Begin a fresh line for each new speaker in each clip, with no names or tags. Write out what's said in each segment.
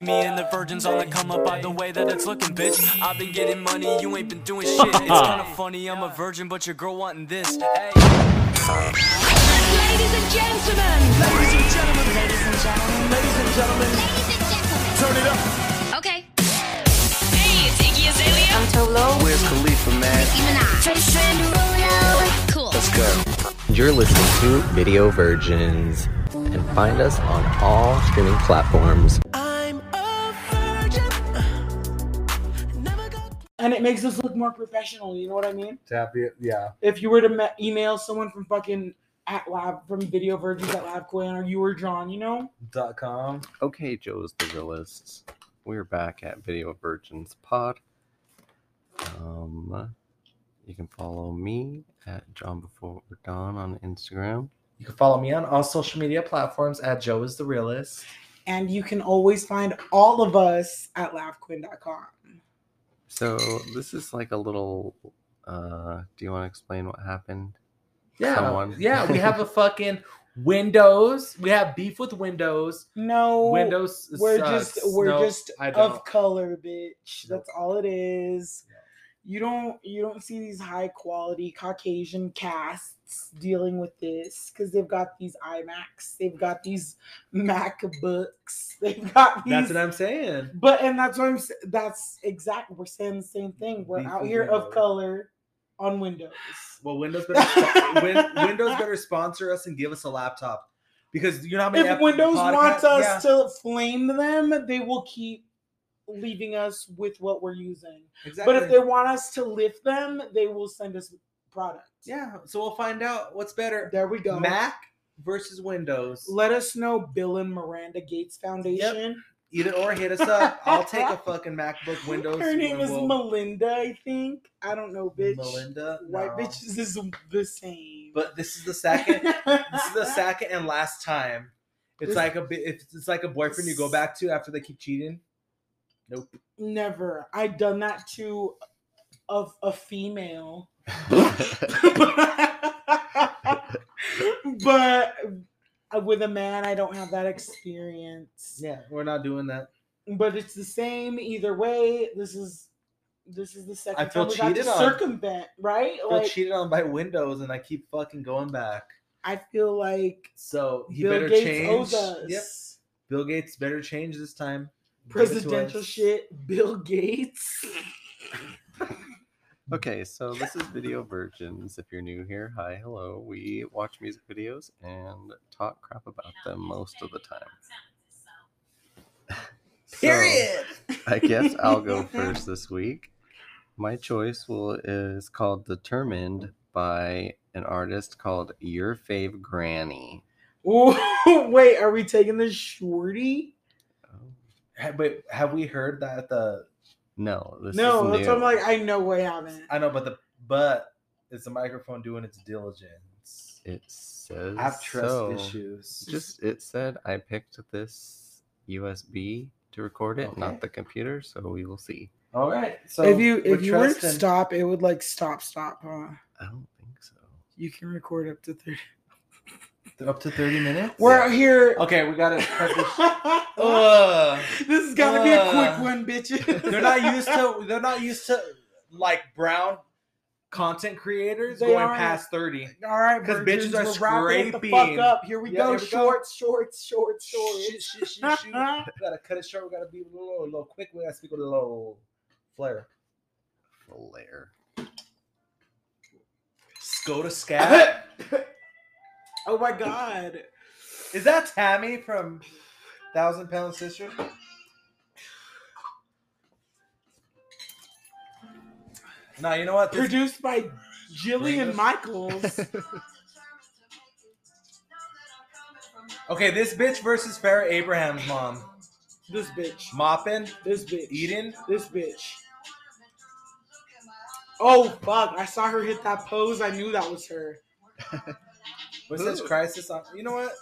Me and the virgins on the come up by the way that it's looking, bitch. I've been getting money, you ain't been doing shit. It's kinda funny, I'm a virgin, but your girl wanting this. Hey.
Ladies and gentlemen. Ladies and gentlemen. Ladies and gentlemen. Ladies and gentlemen. Ladies and gentlemen. Turn it up. Okay. Hey, it's Iggy Azalea. I'm Tolo.
Where's Khalifa, man?
Nicki Minaj. Trace Derulo. Cool.
Let's go.
You're listening to Video Virgins and find us on all streaming platforms.
and it makes us look more professional. You know what I mean?
Tap it. Yeah.
If you were to ma- email someone from fucking at lab from Video Virgins at LabCoin or you or John, you know,
Dot com.
Okay, Joe's the realist. We're back at Video Virgins Pod. Um, you can follow me at John Before Dawn on Instagram.
You can follow me on all social media platforms at Joe is the realist.
and you can always find all of us at LabQuinn.com.
So this is like a little. Uh, do you want to explain what happened?
Yeah.
Someone.
Yeah. We have a fucking Windows. We have beef with Windows.
No,
Windows.
Oh, we're
sucks.
just we're
No,
just
I don't.
of color, bitch. That's all it is.
No.
You don't you don't see these high quality Caucasian casts dealing with this because they've got these iMacs, they've got these MacBooks, they've got these
That's what I'm saying.
But and that's what I'm. s- That's exact. We're saying the same thing. We're
Beef
out
with
here of
Windows.
color on Windows.
Well, Windows better sp- Win- Windows better sponsor us and give us a laptop because you know how many
If
app-
Windows
podca-
wants us
Yeah,
to flame them, they will keep leaving us with what we're using.
exactly.
But if they want us to lift them, they will send us products.
yeah, so we'll find out what's better,
There we go.
Mac versus Windows.
Let us know Bill and Miranda Gates Foundation.
Either or, hit us up. I'll take a fucking MacBook Windows.
Her name
and
is
we'll-
Melinda, I think. I don't know, bitch.
Melinda.
White
no.
bitches is the same.
But this is the second. this is the second and last time. It's
This-
like a bi- it's it's like a boyfriend you go back to after they keep cheating. Nope.
Never. I done that to a, a female. but with a man, I don't have that experience.
Yeah, we're not doing that.
But it's the same either way. This is this is the second
I feel
time we got to
cheated on.
circumvent, right?
I
like
got cheated on by Windows, and I keep fucking going back.
I feel like
So he
Bill
better
Gates
change.
owes us.
Yep. Bill Gates better change this time. Give it to
Presidential
us.
shit, Bill Gates.
Okay, so this is Video Virgins. If you're new here, hi, hello. We watch music videos and talk crap about them most of the time. So,
Period.
I guess I'll go first this week. My choice will is called Determined by an artist called Your Fave Granny.
Ooh, Wait, are we taking this shorty?
Oh,
Ha- Wait, have we heard that the?
No, this
no,
is
that's
new.
what I'm like. I know we haven't.
I know, but the but is the microphone doing its diligence?
It says
I have trust
so.
issues.
just it said I picked this USB to record it,
Okay.
not the computer, so we will see.
all right. So
if you
we're
if you were to
trusting.
stop, it would like stop, stop, huh?
I don't think so.
You can record up to thirty.
up to thirty minutes,
We're
Yeah.
out here.
Okay, we got to.
this is gonna be a quick
Ugh.
one, bitches.
they're not used to. They're not used to like brown content creators
They
going
aren't.
past thirty.
All right,
'Cause
virgins,
bitches are
we're wrapping it the
scraping.
fuck up. Here we
Yeah,
go.
here we go.
shorts, shorts, shorts, shorts.
Shit, shit, shit, shit. we gotta cut it short. We gotta be a little, a little quick. We gotta speak with a little flair.
Flare.
Skoda Scat.
oh my god.
Is that Tammy from Thousand Pound Sister? Nah, you know what? This-
Produced by Jillian
Bring us-
Michaels.
okay, this bitch versus Farrah Abraham's mom.
this bitch.
Moppin,
This bitch.
Eden.
This bitch. Oh fuck! I saw her hit that pose. I knew that was her.
What's this
Who?
crisis on? You know what?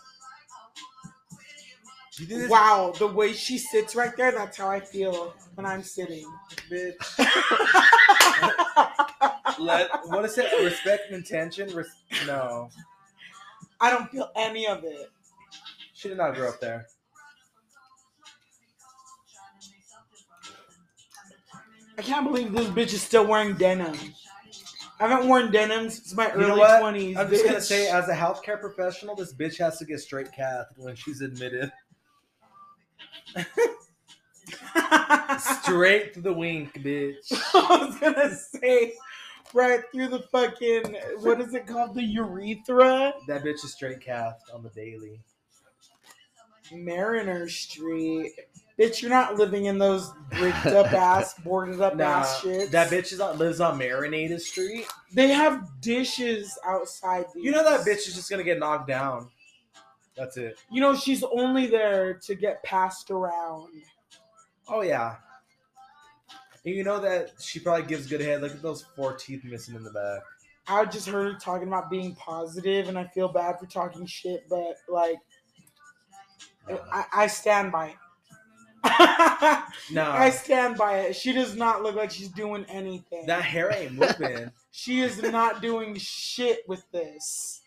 You did this,
Wow, the way she sits right there, that's how I feel when I'm sitting.
bitch. Let, what is it? Respect and intention? Res- no.
I don't feel any of it.
She did not grow up there.
I can't believe this bitch is still wearing denim. I haven't worn denim since my
You know
early
what?
twenties.
I'm just gonna say, as a healthcare professional, this bitch has to get straight cathed when she's admitted. Straight to the wink, bitch.
I was gonna say right through the fucking what is it called? The urethra?
That bitch is straight cathed on the daily.
Mariner Street. Bitch, you're not living in those bricked up ass, boarded up
Nah,
ass shits.
that bitch is on, lives on Marinated Street.
They have dishes outside. These.
You know that bitch is just gonna get knocked down. That's it.
You know she's only there to get passed around.
Oh yeah. And you know that she probably gives good head. Look at those four teeth missing in the back.
I just heard her talking about being positive, and I feel bad for talking shit, but like, I, I stand by it.
No,
I stand by it. She does not look like she's doing anything.
that hair ain't moving.
she is not doing shit with this.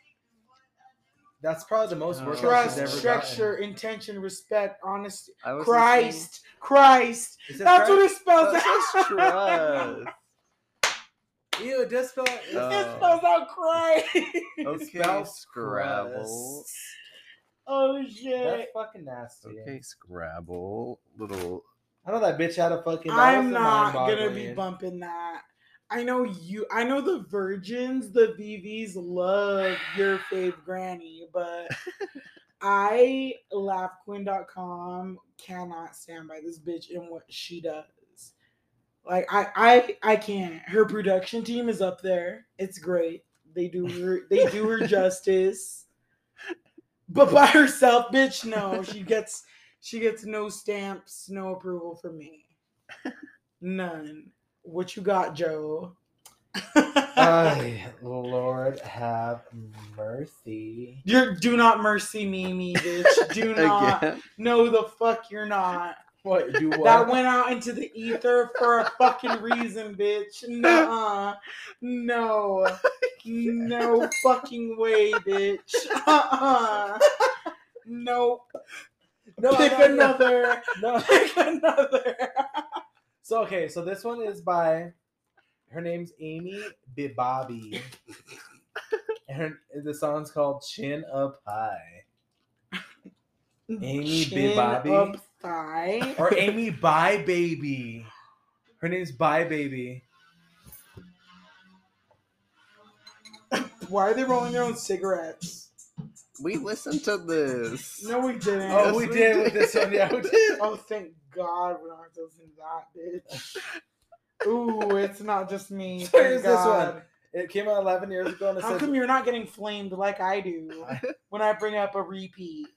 That's probably the most work
Trust,
Oh, she's ever
structure, intention, respect, honesty.
I was
Christ, Christ.
Gotten. Is that
That's
right?
what it spells
listening-
out.
Trust.
Ew, it does spell.
It spells out
Uh.
Christ.
Okay,
spells
Scrabble.
oh
That's
shit.
fucking nasty.
Okay, Scrabble. Little.
I know that bitch had a fucking. that
I'm
was a
not gonna
mind-boggling.
be bumping that. I know you. I know the virgins, the VVs love your fave granny, but I laughquinn.com cannot stand by this bitch and what she does. Like I, I, I can't. Her production team is up there. It's great. They do her. They do her justice. But by herself, bitch, no. She gets. She gets no stamps, no approval from me. None. What you got, Joe?
Ay, Lord have mercy.
You're do not mercy me, me, bitch. Do not.
Again.
No, the fuck you're not.
What you what?
That went out into the ether for a fucking reason, bitch. Nuh-uh. No. No fucking way, bitch. Uh-uh. Nope.
no,
Pick
no, no,
another.
no.
Pick another.
So okay, so this one is by her name's Amy Bibabi. and her, the song's called Chin Up High. Amy
Chin
Bibabi.
up thigh.
Or Amy Bye Baby. Her name's Bye Baby.
Why are they rolling their own cigarettes?
We listened to this.
No, we didn't.
Oh,
Yes,
we
we
did with
did.
this one. Yeah, we did.
Oh, thank God we don't have to listen to that, bitch. Ooh, it's not just me.
So here's
thank
this one.
God.
It came out 11 years ago and it
How
says
come you're not getting flamed like I do when I bring up a repeat?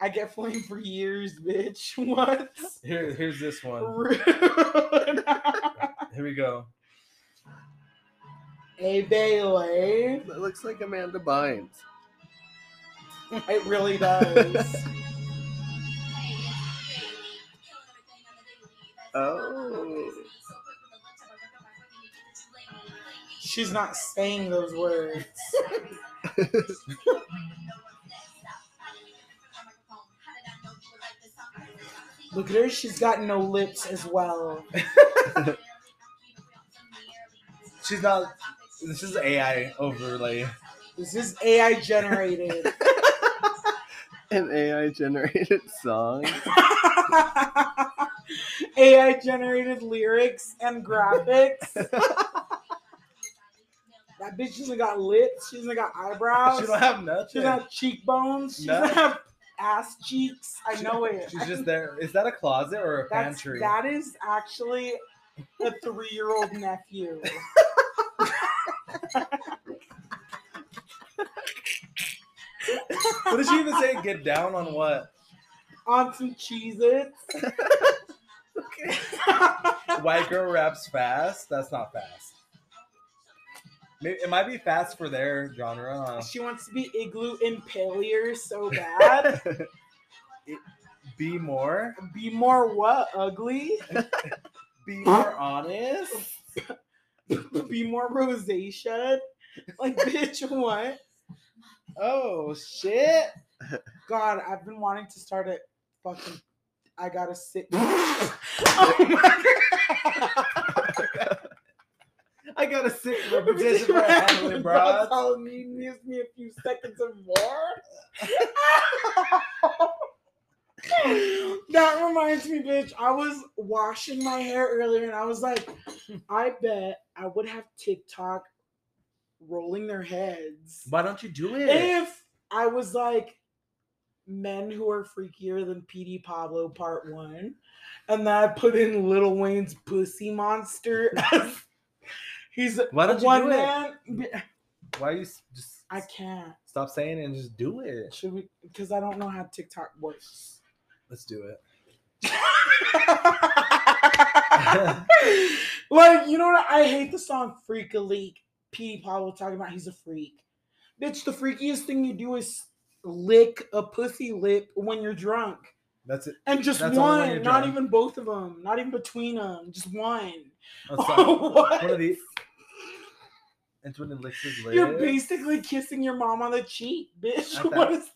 I get flamed for years, bitch. What?
Here, here's this one.
Rude.
Here we go.
hey, Bailey.
That looks like Amanda Bynes.
It really does.
Oh.
She's not saying those words. Look at her. She's got no lips as well.
She's not. This is AI overlay.
This is AI generated.
An AI generated song.
AI generated lyrics and graphics. that bitch doesn't got lips. She doesn't got eyebrows.
She don't have nothing.
She doesn't have cheekbones. She doesn't
No.
have ass cheeks. I know it.
She's just there. Is that a closet or a
That's,
pantry?
That is actually a three year old nephew.
What did she even say? Get down on what?
On some Cheez Its.
White girl raps fast. That's not fast. Maybe, it might be fast for their genre. huh?
She wants to be igloo and paleo so bad.
Be more.
be more what? Ugly?
Be more honest.
be more rosacea. Like, bitch, what?
Oh shit!
God, I've been wanting to start a fucking. I gotta sit. oh my god.
got a sick reputation for handling bras.
all you gives me a few seconds or more. that reminds me, bitch. I was washing my hair earlier and I was like, I bet I would have TikTok rolling their heads.
Why don't you do it?
If I was like men who are freakier than PD Pablo part one, and then I put in Little Wayne's pussy monster. He's
Why don't you
one
do it?
man.
Why are you s- just
I can't.
stop saying it and just do it?
Should we? Because I don't know how TikTok works.
Let's do it.
like you know what? I hate the song "Freak a Leak." P. Pablo talking about he's a freak. Bitch, the freakiest thing you do is lick a pussy lip when you're drunk,
That's it.
and just
That's only when
one,
you're
not
drunk.
even both of them, not even between them, just one.
That's not-
What?
One of these. And when it licks his lip.
You're basically kissing your mom on the cheek, bitch.
Not that-
What is?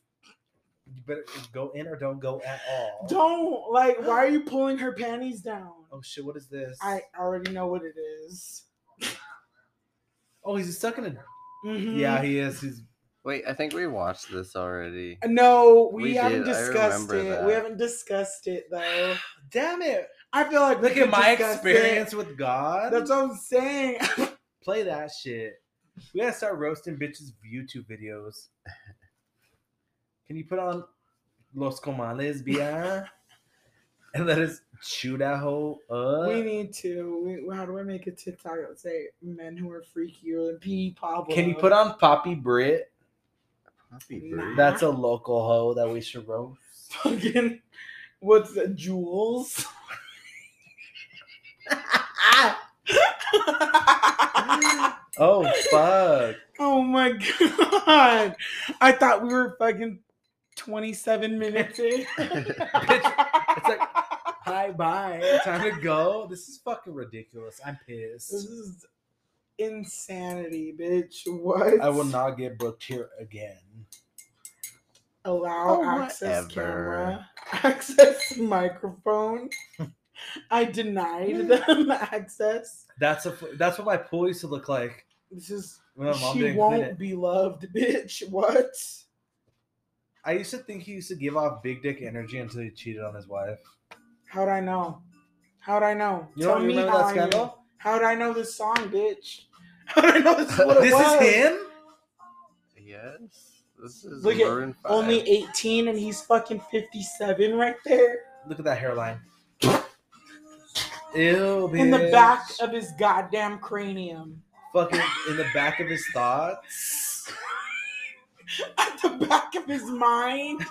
You better go in or don't go at all.
Don't like. Why are you pulling her panties down?
Oh shit! What is this?
I already know what it is.
Oh, he's stuck in a.
Mhm.
Yeah, he is. He's.
Wait, I think we watched this already.
No, we,
We
haven't
did, I
discussed
remember
it.
that.
We haven't discussed it though.
Damn it!
I feel like we
Look at
could
my
discuss it.
experience with God.
That's what I'm saying.
Play that shit. We gotta start roasting bitches' YouTube videos. Can you put on Los Comales, Bia? and let us chew that whole up?
we need to. We, how do I make a TikTok that would say men who are freakier than P. Pablo?
Can you put on Poppy Brit?
Happy
Nah.
birthday.
That's a local hoe that we should roast.
fucking what's that, jewels?
Oh fuck!
Oh my god. I thought we were fucking 27 minutes in.
It's like hi bye. Time to go. This is fucking ridiculous. I'm
this
pissed.
is insanity, bitch. What?
I will not get booked here again.
allow
Oh,
access
whatever.
camera, access microphone. I denied them access.
That's a that's what my pool used to look like.
This is
When my mom
she
didn't
won't
clean it.
be loved, bitch. What?
I used to think he used to give off big dick energy until he cheated on his wife.
How'd I know? How'd I know?
You don't remember
how
that
I knew.
scandal?
How'd I know this song, bitch? How'd I know this is what it
this
was?
is him.
Yes. This is
Look at
Maroon 5.
Only 18 and he's fucking 57 right there.
Look at that hairline. Ew,
In the
bitch.
back of his goddamn cranium.
fucking in the back of his thoughts.
At the back of his mind.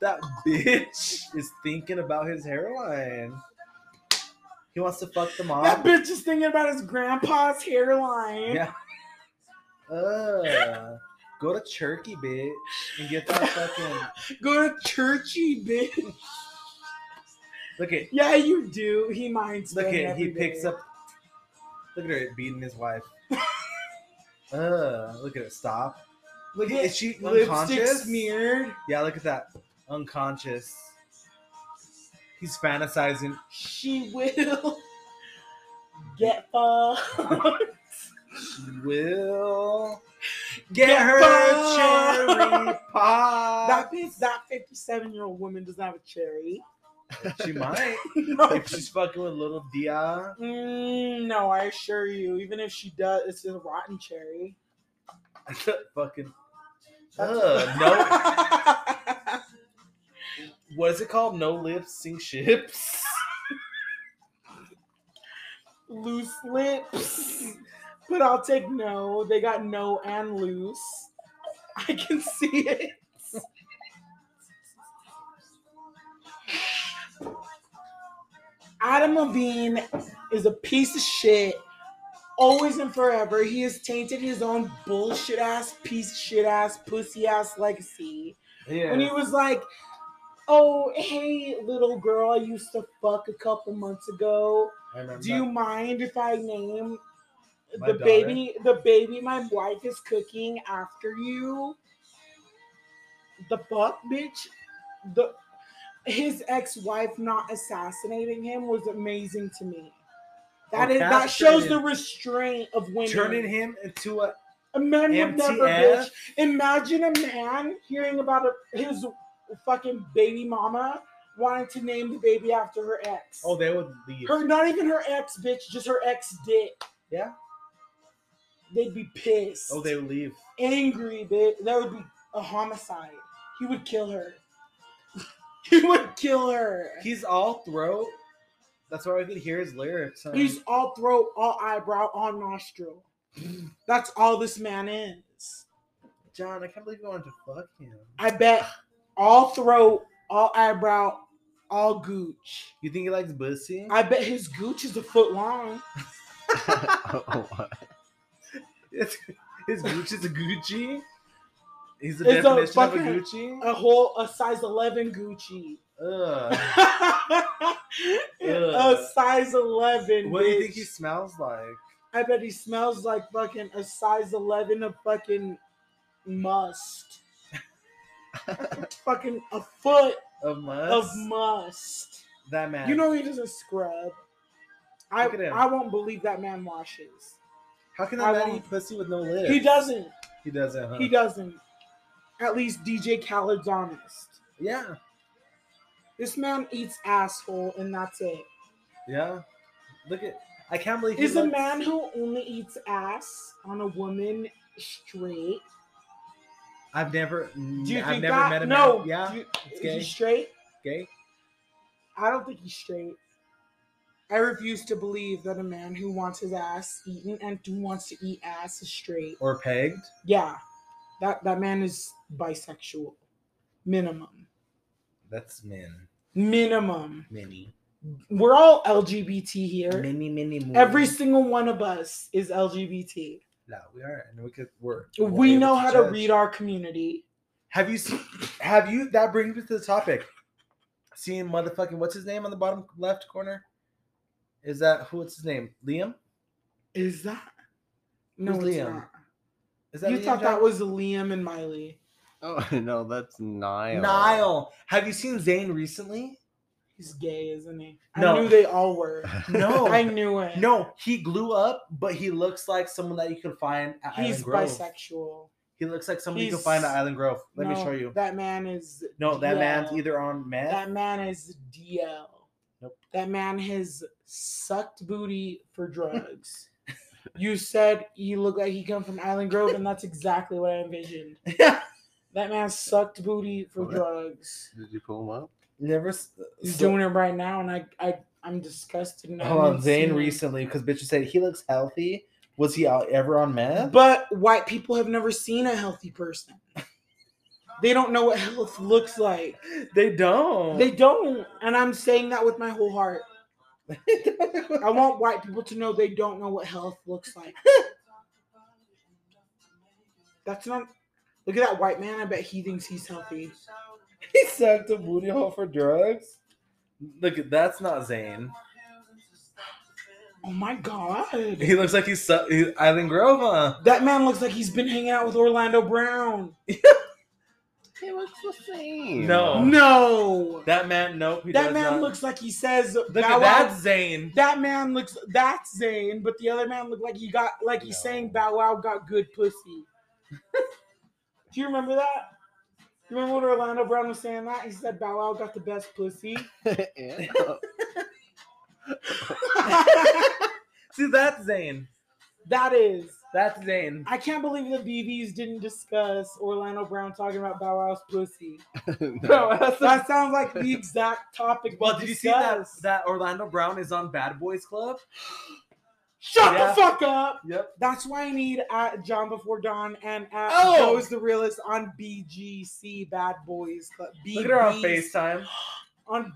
That bitch is thinking about his hairline. He wants to fuck the mom.
That bitch is thinking about his grandpa's hairline.
Yeah. Uh, go to Turkey, bitch, and get that fucking.
Go to churchy, bitch.
Look at
Yeah, you do. He minds.
Look
men
at he
every
picks
day.
up. Look at her beating his wife. uh, look at it stop.
Look
Is
at
she
lipstick
unconscious?
smeared.
Yeah, look at that. Unconscious. He's fantasizing.
She will get fucked.
She will get,
Get
her
fucked.
cherry pie.
That that fifty-seven year old woman doesn't have a cherry.
she might
No.
if she's fucking with little Dia.
Mm, no, I assure you. Even if she does, it's a rotten cherry.
fucking. Uh, no. What is it called? No lips, sink ships.
loose lips. But I'll take no. They got no and loose. I can see it. Adam Levine is a piece of shit. Always and forever. He has tainted his own bullshit ass, piece of shit ass, pussy ass legacy.
Yeah.
And he was like, "Oh, hey, little girl, I used to fuck a couple months ago.
I remember
Do
that.
you mind if I name
My
the
daughter?
baby? The baby my wife is cooking after you." The fuck, bitch. The his ex-wife not assassinating him was amazing to me. That is that shows the restraint of women.
turning him into a
a man would never,
MTF.
bitch. Imagine a man hearing about a, his fucking baby mama wanting to name the baby after her ex.
oh they would leave.
her not even her ex, bitch, just her ex dick.
Yeah.
They'd be pissed.
Oh they would leave.
angry, bitch. That would be a homicide. He would kill her. he would kill her.
He's all throat. That's why I could hear his lyrics. huh?
He's all throat, all eyebrow, all nostril. That's all this man is.
John, I can't believe you wanted to fuck him.
I bet all throat, all eyebrow, all gooch.
You think he likes pussy?
I bet his gooch is a foot long.
Oh, what?
His Gucci's a Gucci. He's the
It's a
definition of a
fucking-
Gucci.
A whole a size eleven Gucci.
Ugh.
a size eleven.
What do you think
bitch.
he smells like?
I bet he smells like fucking a size 11 of fucking must. fucking a foot
Of must?
of must.
that man.
You know he doesn't scrub. I
Look at him.
I won't believe that man washes.
how can
I
that man
won't-
eat pussy with no lips?
He doesn't.
He doesn't. Huh?
He doesn't. At least DJ Khaled's honest.
Yeah.
This man eats asshole and that's it.
Yeah. Look at. I can't believe. he
Is a
looks-
man who only eats ass on a woman straight?
I've never.
Do you
I've
think
never
that?
met a
no.
man. Yeah.
Do you-
it's
is
gay.
he straight?
gay.
I don't think he's straight. I refuse to believe that a man who wants his ass eaten and who wants to eat ass is straight.
Or pegged.
Yeah, that that man is bisexual, minimum,
That's men.
minimum.
Many.
We're all LGBT here.
Many, many more.
Every single one of us is LGBT.
No, we are, and we could. We're. we're
We
able
know how to
judge.
read our community.
Have you seen? Have you? That brings me to the topic. Seeing motherfucking what's his name on the bottom left corner? Is that who? What's his name? Liam?
Is that? No,
Who's
it's
Liam?
not.
Is that
you
Liam
thought
Jack-
that was Liam and Miley.
oh no, that's Nile.
Nile? Have you seen Zayn recently?
He's gay, isn't he?
No.
I knew they all were. Oh,
No.
I knew it.
No, he glue up, but he looks like someone that you can find at
He's
Island Grove.
bisexual.
He looks like someone you can
He's-
find at Island Grove. Let me
No,
show you.
That man is
No, that
DL.
man's either on meth.
that man is DL.
Nope.
That man has sucked booty for drugs. you said he looked like he come from Island Grove, and that's exactly what I envisioned. That man sucked booty for
Okay.
drugs.
Did you pull him up?
Never. s-
He's
so-
doing it right now, and I, I I'm disgusted. and I
Hold on,
haven't seen
Zayn
it.
recently because bitch said he looks healthy. Was he out ever on meth?
But white people have never seen a healthy person. They don't know what health looks like.
They don't.
They don't, and I'm saying that with my whole heart. I want white people to know they don't know what health looks like. That's not. Look at that white man. I bet he thinks he's healthy.
he sucked a booty hole for drugs. Look, that's not Zayn.
Oh my god.
He looks like he's, su- he's Island Grove, huh?
That man looks like he's been hanging out with Orlando Brown.
He looks the same.
No.
No.
That man, nope. He
That
does
man
not.
looks like he says.
Look
"Bow
at
wow."
that, Zayn.
That man looks. That's Zayn, but the other man looked like he got like he's saying Bow Wow got good pussy. Do you remember that? You remember when Orlando Brown was saying that? He said Bow Wow got the best pussy.
Yeah.
See, that's Zayn.
that is.
That's Zayn.
I can't believe the BBs didn't discuss Orlando Brown talking about Bow Wow's pussy.
No.
Bro, that's
That sounds like the exact topic.
well, did you see that,
discussed.
that Orlando Brown is on Bad Boys Club?
Shut
Yeah.
the fuck up.
Yep.
That's why I need at John Before Dawn and at
Oh!
Joe is the realist on BGC Bad Boys Club.
Look at her on
BBs.
FaceTime.
on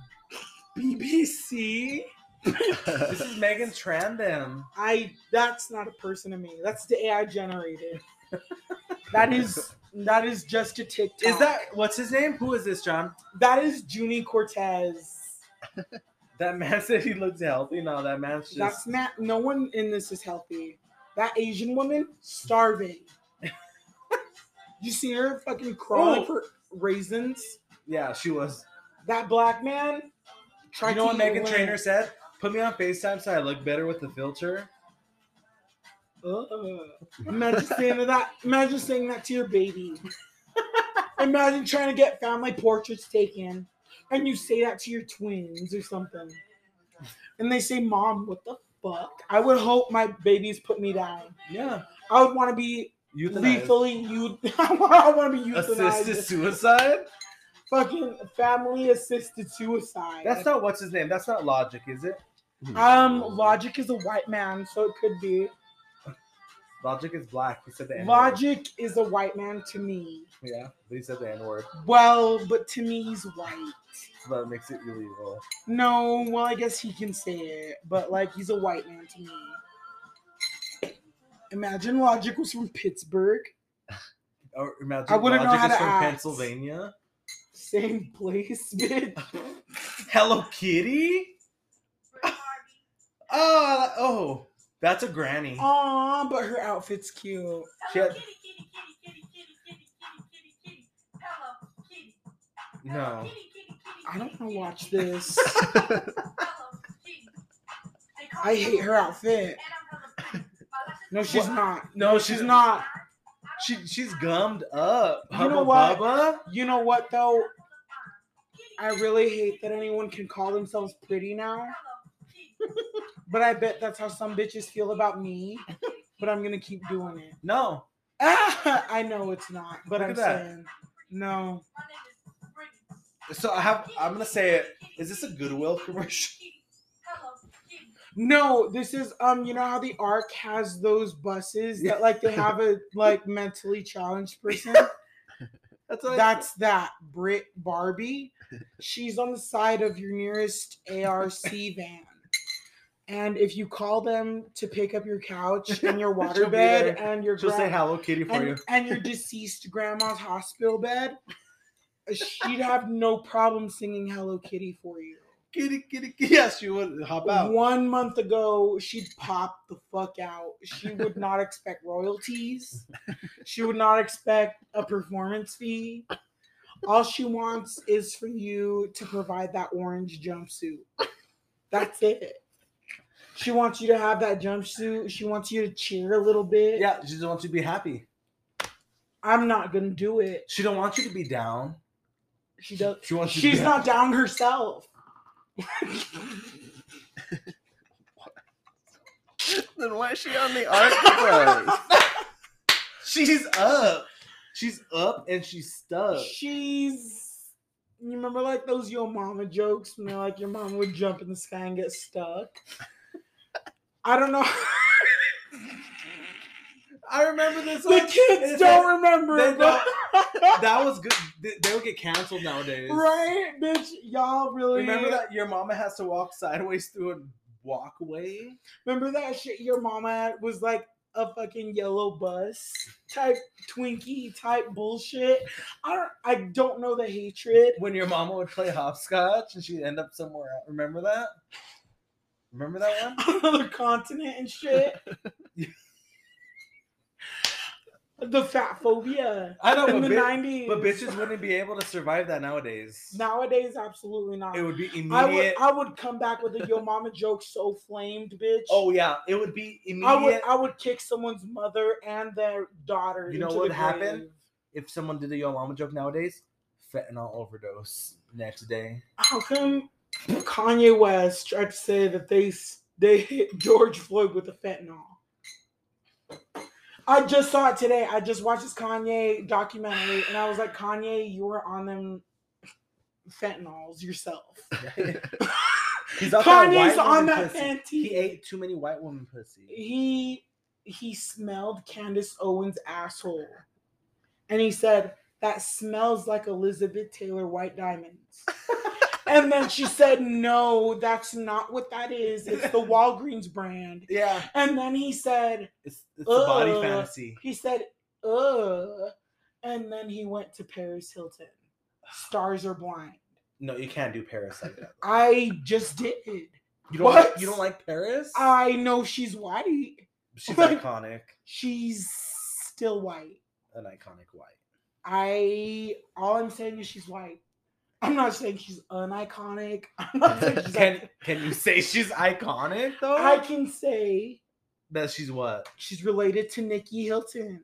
BBC.
This is Megan Trandam.
I that's not a person to me. That's the AI generated. that is that is just a TikTok.
Is that, what's his name? Who is this, John?
that is Junie Cortez?
That man said he looks healthy. No, that man's just.
That's not. No one in this is healthy. That Asian woman starving. you see her fucking crawling
Oh.
for raisins.
Yeah, she was.
That black man.
You
tried
know
to
what
eat
Megan
away.
Trainer said? Put me on FaceTime so I look better with the filter.
Uh, imagine saying that. Imagine saying that to your baby. imagine trying to get family portraits taken, and you say that to your twins or something, and they say, "Mom, what the fuck?" I would hope my babies put me down.
Yeah.
I would want to be
Euthanized.
lethally you. I want to be euthanized.
Assisted suicide?
Fucking family assisted suicide.
That's not what's his name. That's not logic, is it?
um. Logic is a white man, so it could be.
Logic is black. He said the N word.
Logic is a white man to me.
Yeah, but he said the N word.
Well, but to me he's white.
So that makes it illegal.
No, well I guess he can say it, but like he's a white man to me. Imagine Logic was from Pittsburgh,
Or imagine
I wouldn't know
Logic
how
is
to
from
act.
Pennsylvania.
same place, bitch.
Hello Kitty? oh, oh, that's a granny.
Oh. Aw, but her outfit's cute.
She had- No.
I don't want to watch this. I hate her outfit. No, she's not.
No,
She's not.
She she's gummed up.
You
Hubba
know what?
Bubba?
You know what though? I really hate that anyone can call themselves pretty now. But I bet that's how some bitches feel about me. But I'm gonna keep doing it.
No.
Ah, I know it's not, but
Look
I'm
at that.
saying no.
So I have I'm gonna say it. Is this a Goodwill commercial?
No, this is um, you know how the ARC has those buses that like they have a like mentally challenged person.
That's what I-
That's that Brit Barbie. She's on the side of your nearest ARC van. And if you call them to pick up your couch and your
She'll be there.
waterbed and your
she'll say
gran-
Hello Kitty for you.
and, and your deceased grandma's hospital bed, she'd have no problem singing Hello Kitty for you.
Kitty kitty kitty. Yes, she would hop out.
One month ago, she'd pop the fuck out. She would not expect royalties. She would not expect a performance fee. All she wants is for you to provide that orange jumpsuit. That's it. She wants you to have that jumpsuit. She wants you to cheer a little bit.
Yeah, she just wants you to be happy.
I'm not gonna do it.
She don't want you to be down.
She does.
She wants you to
She's
be
not down herself.
then why is she on the arc with us?
She's up. She's up and she's stuck.
She's. You remember like those yo mama jokes when they're like your mom would jump in the sky and get stuck. I don't know.
I remember this.
the
one.
kids
It's
don't remember,
they
but-
like- that was good. They, they would get canceled nowadays.
right, bitch? Y'all really
Remember that your mama has to walk sideways through a walkway.
Remember that shit? Your mama was like a fucking yellow bus type Twinkie type bullshit. I don't. I don't know the hatred.
When your mama would play hopscotch and she'd end up somewhere else. Remember that? Remember that one?
another continent and shit. the fat phobia
I know,
in
but,
the
bi-
nineties.
but bitches wouldn't be able to survive that nowadays.
nowadays, absolutely not.
It would be immediate.
I would I would come back with a yo mama joke so flamed, bitch.
oh yeah, it would be immediate.
I would I would kick someone's mother and their daughter.
You know
into
what
the
would happen?
grave.
if someone did a yo mama joke nowadays, fentanyl overdose next day.
How come Kanye West tried to say that they s- they hit George Floyd with a fentanyl? I just saw it today. I just watched this Kanye documentary, and I was like, Kanye, you were on them fentanyls yourself.
He's out there
Kanye's
white
on
woman
that
pussy. He
fenty.
ate too many white woman pussy.
He he smelled Candace Owens' asshole, and he said that smells like Elizabeth Taylor White diamonds. And then she said, No, that's not what that is. It's the Walgreens brand.
Yeah,
And then he said,
it's, it's the body
Ugh.
fantasy.
He said, Ugh. And then he went to Paris Hilton. Stars are blind.
No, you can't do Paris like that.
I just did.
You don't.
What? Uh,
Like, you don't like Paris?
I know she's white.
She's iconic.
She's still white.
An iconic white.
I all I'm saying is she's white. I'm not saying she's uniconic. I'm not saying she's
Can can you say she's iconic though?
I can say
that she's what?
she's related to Nikki Hilton,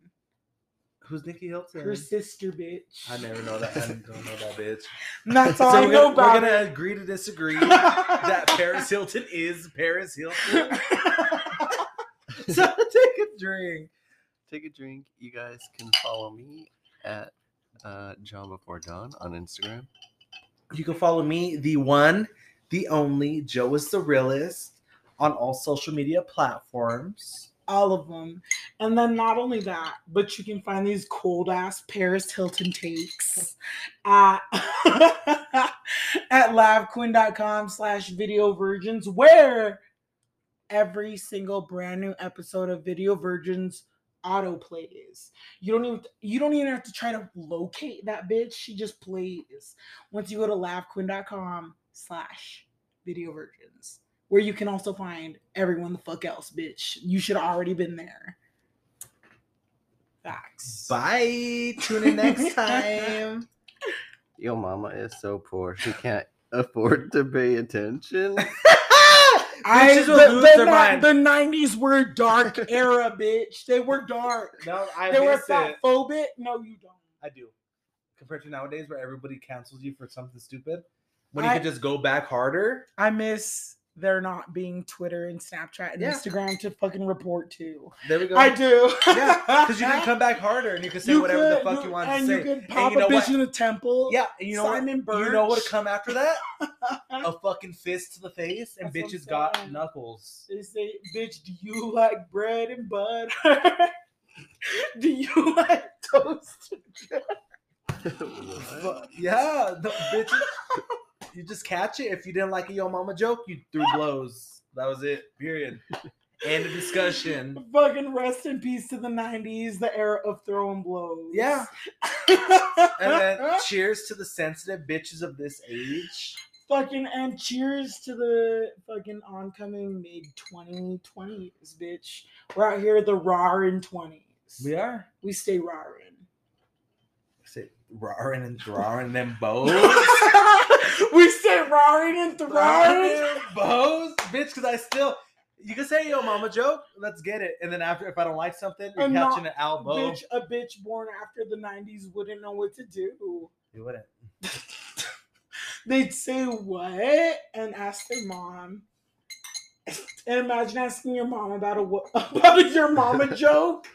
Who's Nikki Hilton?
her sister, bitch.
I never know that. I don't know that bitch.
And That's all I
we're,
know
gonna, we're
about
gonna agree to disagree that
that
Paris Hilton is Paris Hilton. so take a drink.
Take a drink. You guys can follow me at uh, John Before Dawn on Instagram.
You can follow me, the one, the only, Joe is the realist, on all social media platforms.
all of them. And then not only that, but you can find these cold ass Paris Hilton takes at at lovequin.com slash video virgins, where every single brand new episode of Video Virgins auto plays. You don't even you don't even have to try to locate that bitch. She just plays. Once you go to lovequin.com slash video virgins where you can also find everyone the fuck else, bitch. You should have already been there. Facts.
Bye. Tune in next time.
Yo, mama is so poor. She can't afford to pay attention.
I,
Bitches
the,
will lose
the
their
ni-
mind.
the 90s were a dark era, bitch. They were dark.
No, I
they were
miss it.
fatphobic. No, you don't.
I do. Compared to nowadays where everybody cancels you for something stupid. When you
I-
could just go back harder.
I miss there not being Twitter and Snapchat and
Yeah.
Instagram to fucking report to.
There we go.
I do.
Yeah, because you can come back harder and you can say
You
whatever the
could,
fuck
you-
you want
and
to say.
you could pop
you know
a bitch
what?
in a temple.
Yeah, and you know
Simon
what? You know what
Birch.
to come after that? a fucking fist to the face, and
That's what
bitches
I'm
got
saying.
knuckles.
They say, bitch, do you like bread and butter? do you like toast?
What?
But, yeah, the bitches. you just catch it. If you didn't like a yo mama joke, you threw blows. That was it. Period. End of discussion.
Fucking rest in peace to the 90s, the era of throwing blows.
Yeah, and then cheers to the sensitive bitches of this age.
fucking and cheers to the fucking oncoming mid 2020s, bitch. We're out here the roaring 20s.
We are.
We stay roaring.
Say roaring and roaring them bows.
we stay roaring and
roaring
throwing.
them bows, bitch. Because I still. You can say yo mama joke. Let's get it. And then after, if I don't like something, you're
I'm not-
catching an elbow.
Bitch, a bitch born after the 90s wouldn't know what to do.
You wouldn't.
They'd say what and ask their mom. And imagine asking your mom about a wo- about a your mama joke.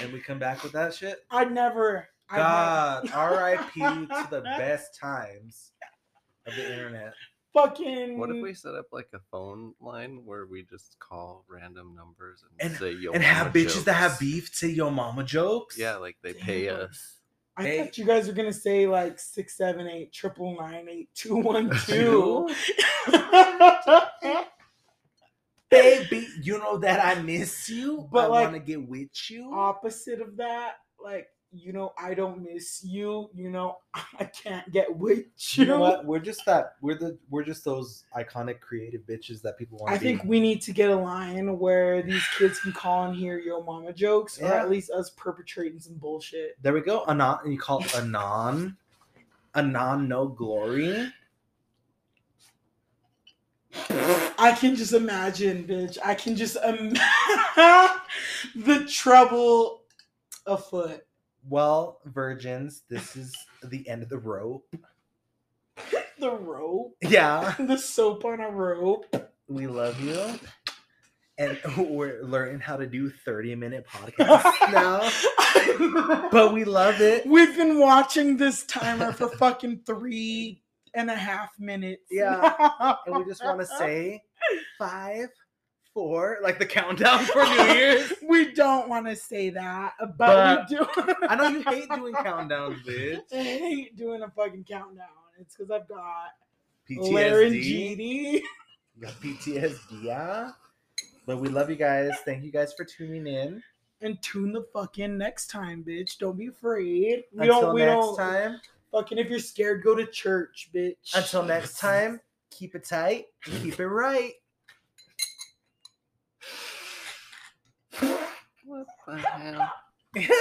And we come back with that shit.
I never. I never.
God, R.I.P. to the best times of the internet.
Fucking.
What if we set up like a phone line where we just call random numbers and,
And-
say yo
and have
mama
bitches that have
jokes?
beef say yo mama jokes.
Yeah, like they pay uh,
Damn.
us.
I
Hey.
thought you guys were gonna say like six, seven, eight, triple nine, eight, two, one, two.
baby, you know that I miss you,
But,
I
like, uh,
want to get with you.
Opposite of that, like you know, I don't miss you. You know, I can't get with you.
you know what? We're just that. We're the. We're just those iconic creative bitches that people want.
I think we need to get a line where these kids can call and hear yo mama jokes, or
Yeah.
at least us perpetrating some bullshit.
There we go. Anon, and you call it anon, anon no glory.
I can just imagine, bitch. I can just imagine the trouble afoot.
Well, virgins, this is the end of the rope.
The rope,
Yeah.
the soap on a rope.
We love you. And we're learning how to do 30 minute podcasts now.
now.
But we love it.
We've been watching this timer for fucking three and a half minutes.
Yeah. And we just want to say five, four, like the countdown for New Year's.
we don't want to say that, but,
But-
we do.
I know you hate doing countdowns, bitch.
I hate doing a fucking countdown. It's because I've got
PTSD.
laryngitis.
You got PTSD, yeah. But we love you guys. Thank you guys for tuning in.
And tune the fucking next time, bitch. Don't be afraid. We
Until
don't. We
next
don't.
time.
Fucking if you're scared, go to church, bitch.
Until next time, keep it tight, keep it right.
What the hell?